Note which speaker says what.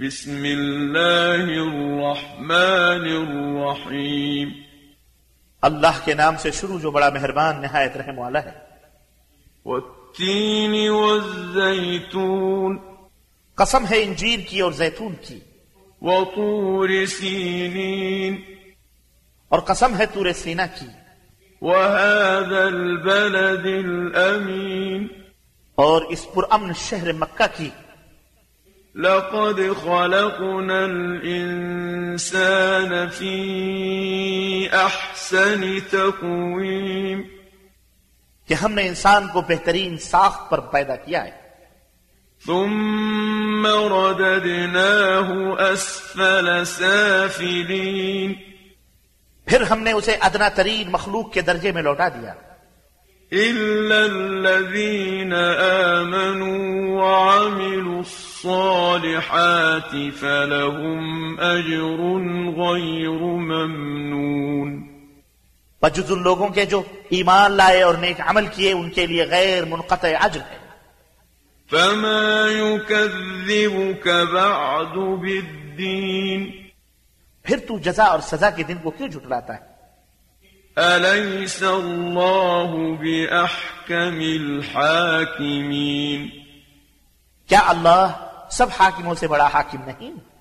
Speaker 1: بسم الله الرحمن الرحيم
Speaker 2: अल्लाह के नाम से शुरू जो बड़ा मेहरबान नहायत रहम वाला है
Speaker 1: والتين والزيتون
Speaker 2: कसम है इंजीर की और जैतून की
Speaker 1: وطور سينين
Speaker 2: और कसम है तूर सीना की
Speaker 1: وهذا البلد الأمين
Speaker 2: और इस पुरअमन शहर मक्का की
Speaker 1: لقد خلقنا الإنسان في أحسن تقويم
Speaker 2: कि हमने इंसान को बेहतरीन साख पर पैदा किया है
Speaker 1: ثم رددناه أسفل سافلين
Speaker 2: फिर हमने उसे अदना तरीन मखलूक के दर्जे में लौटा दिया
Speaker 1: إلا الذين آمنوا وعملوا الصالحات فلهم أجر غير ممنون
Speaker 2: बजुज उन लोगों के जो ईमान लाए और नेक अमल किए उनके लिए गैर मुनकत अज्र है
Speaker 1: فما يكذبك بعد بالدين
Speaker 2: फिर तू जजा और सजा के दिन को क्यों झुटलाता है
Speaker 1: أليس الله بأحكم الحاكمين
Speaker 2: क्या अल्लाह सब हाकिमों से बड़ा हाकिम नहीं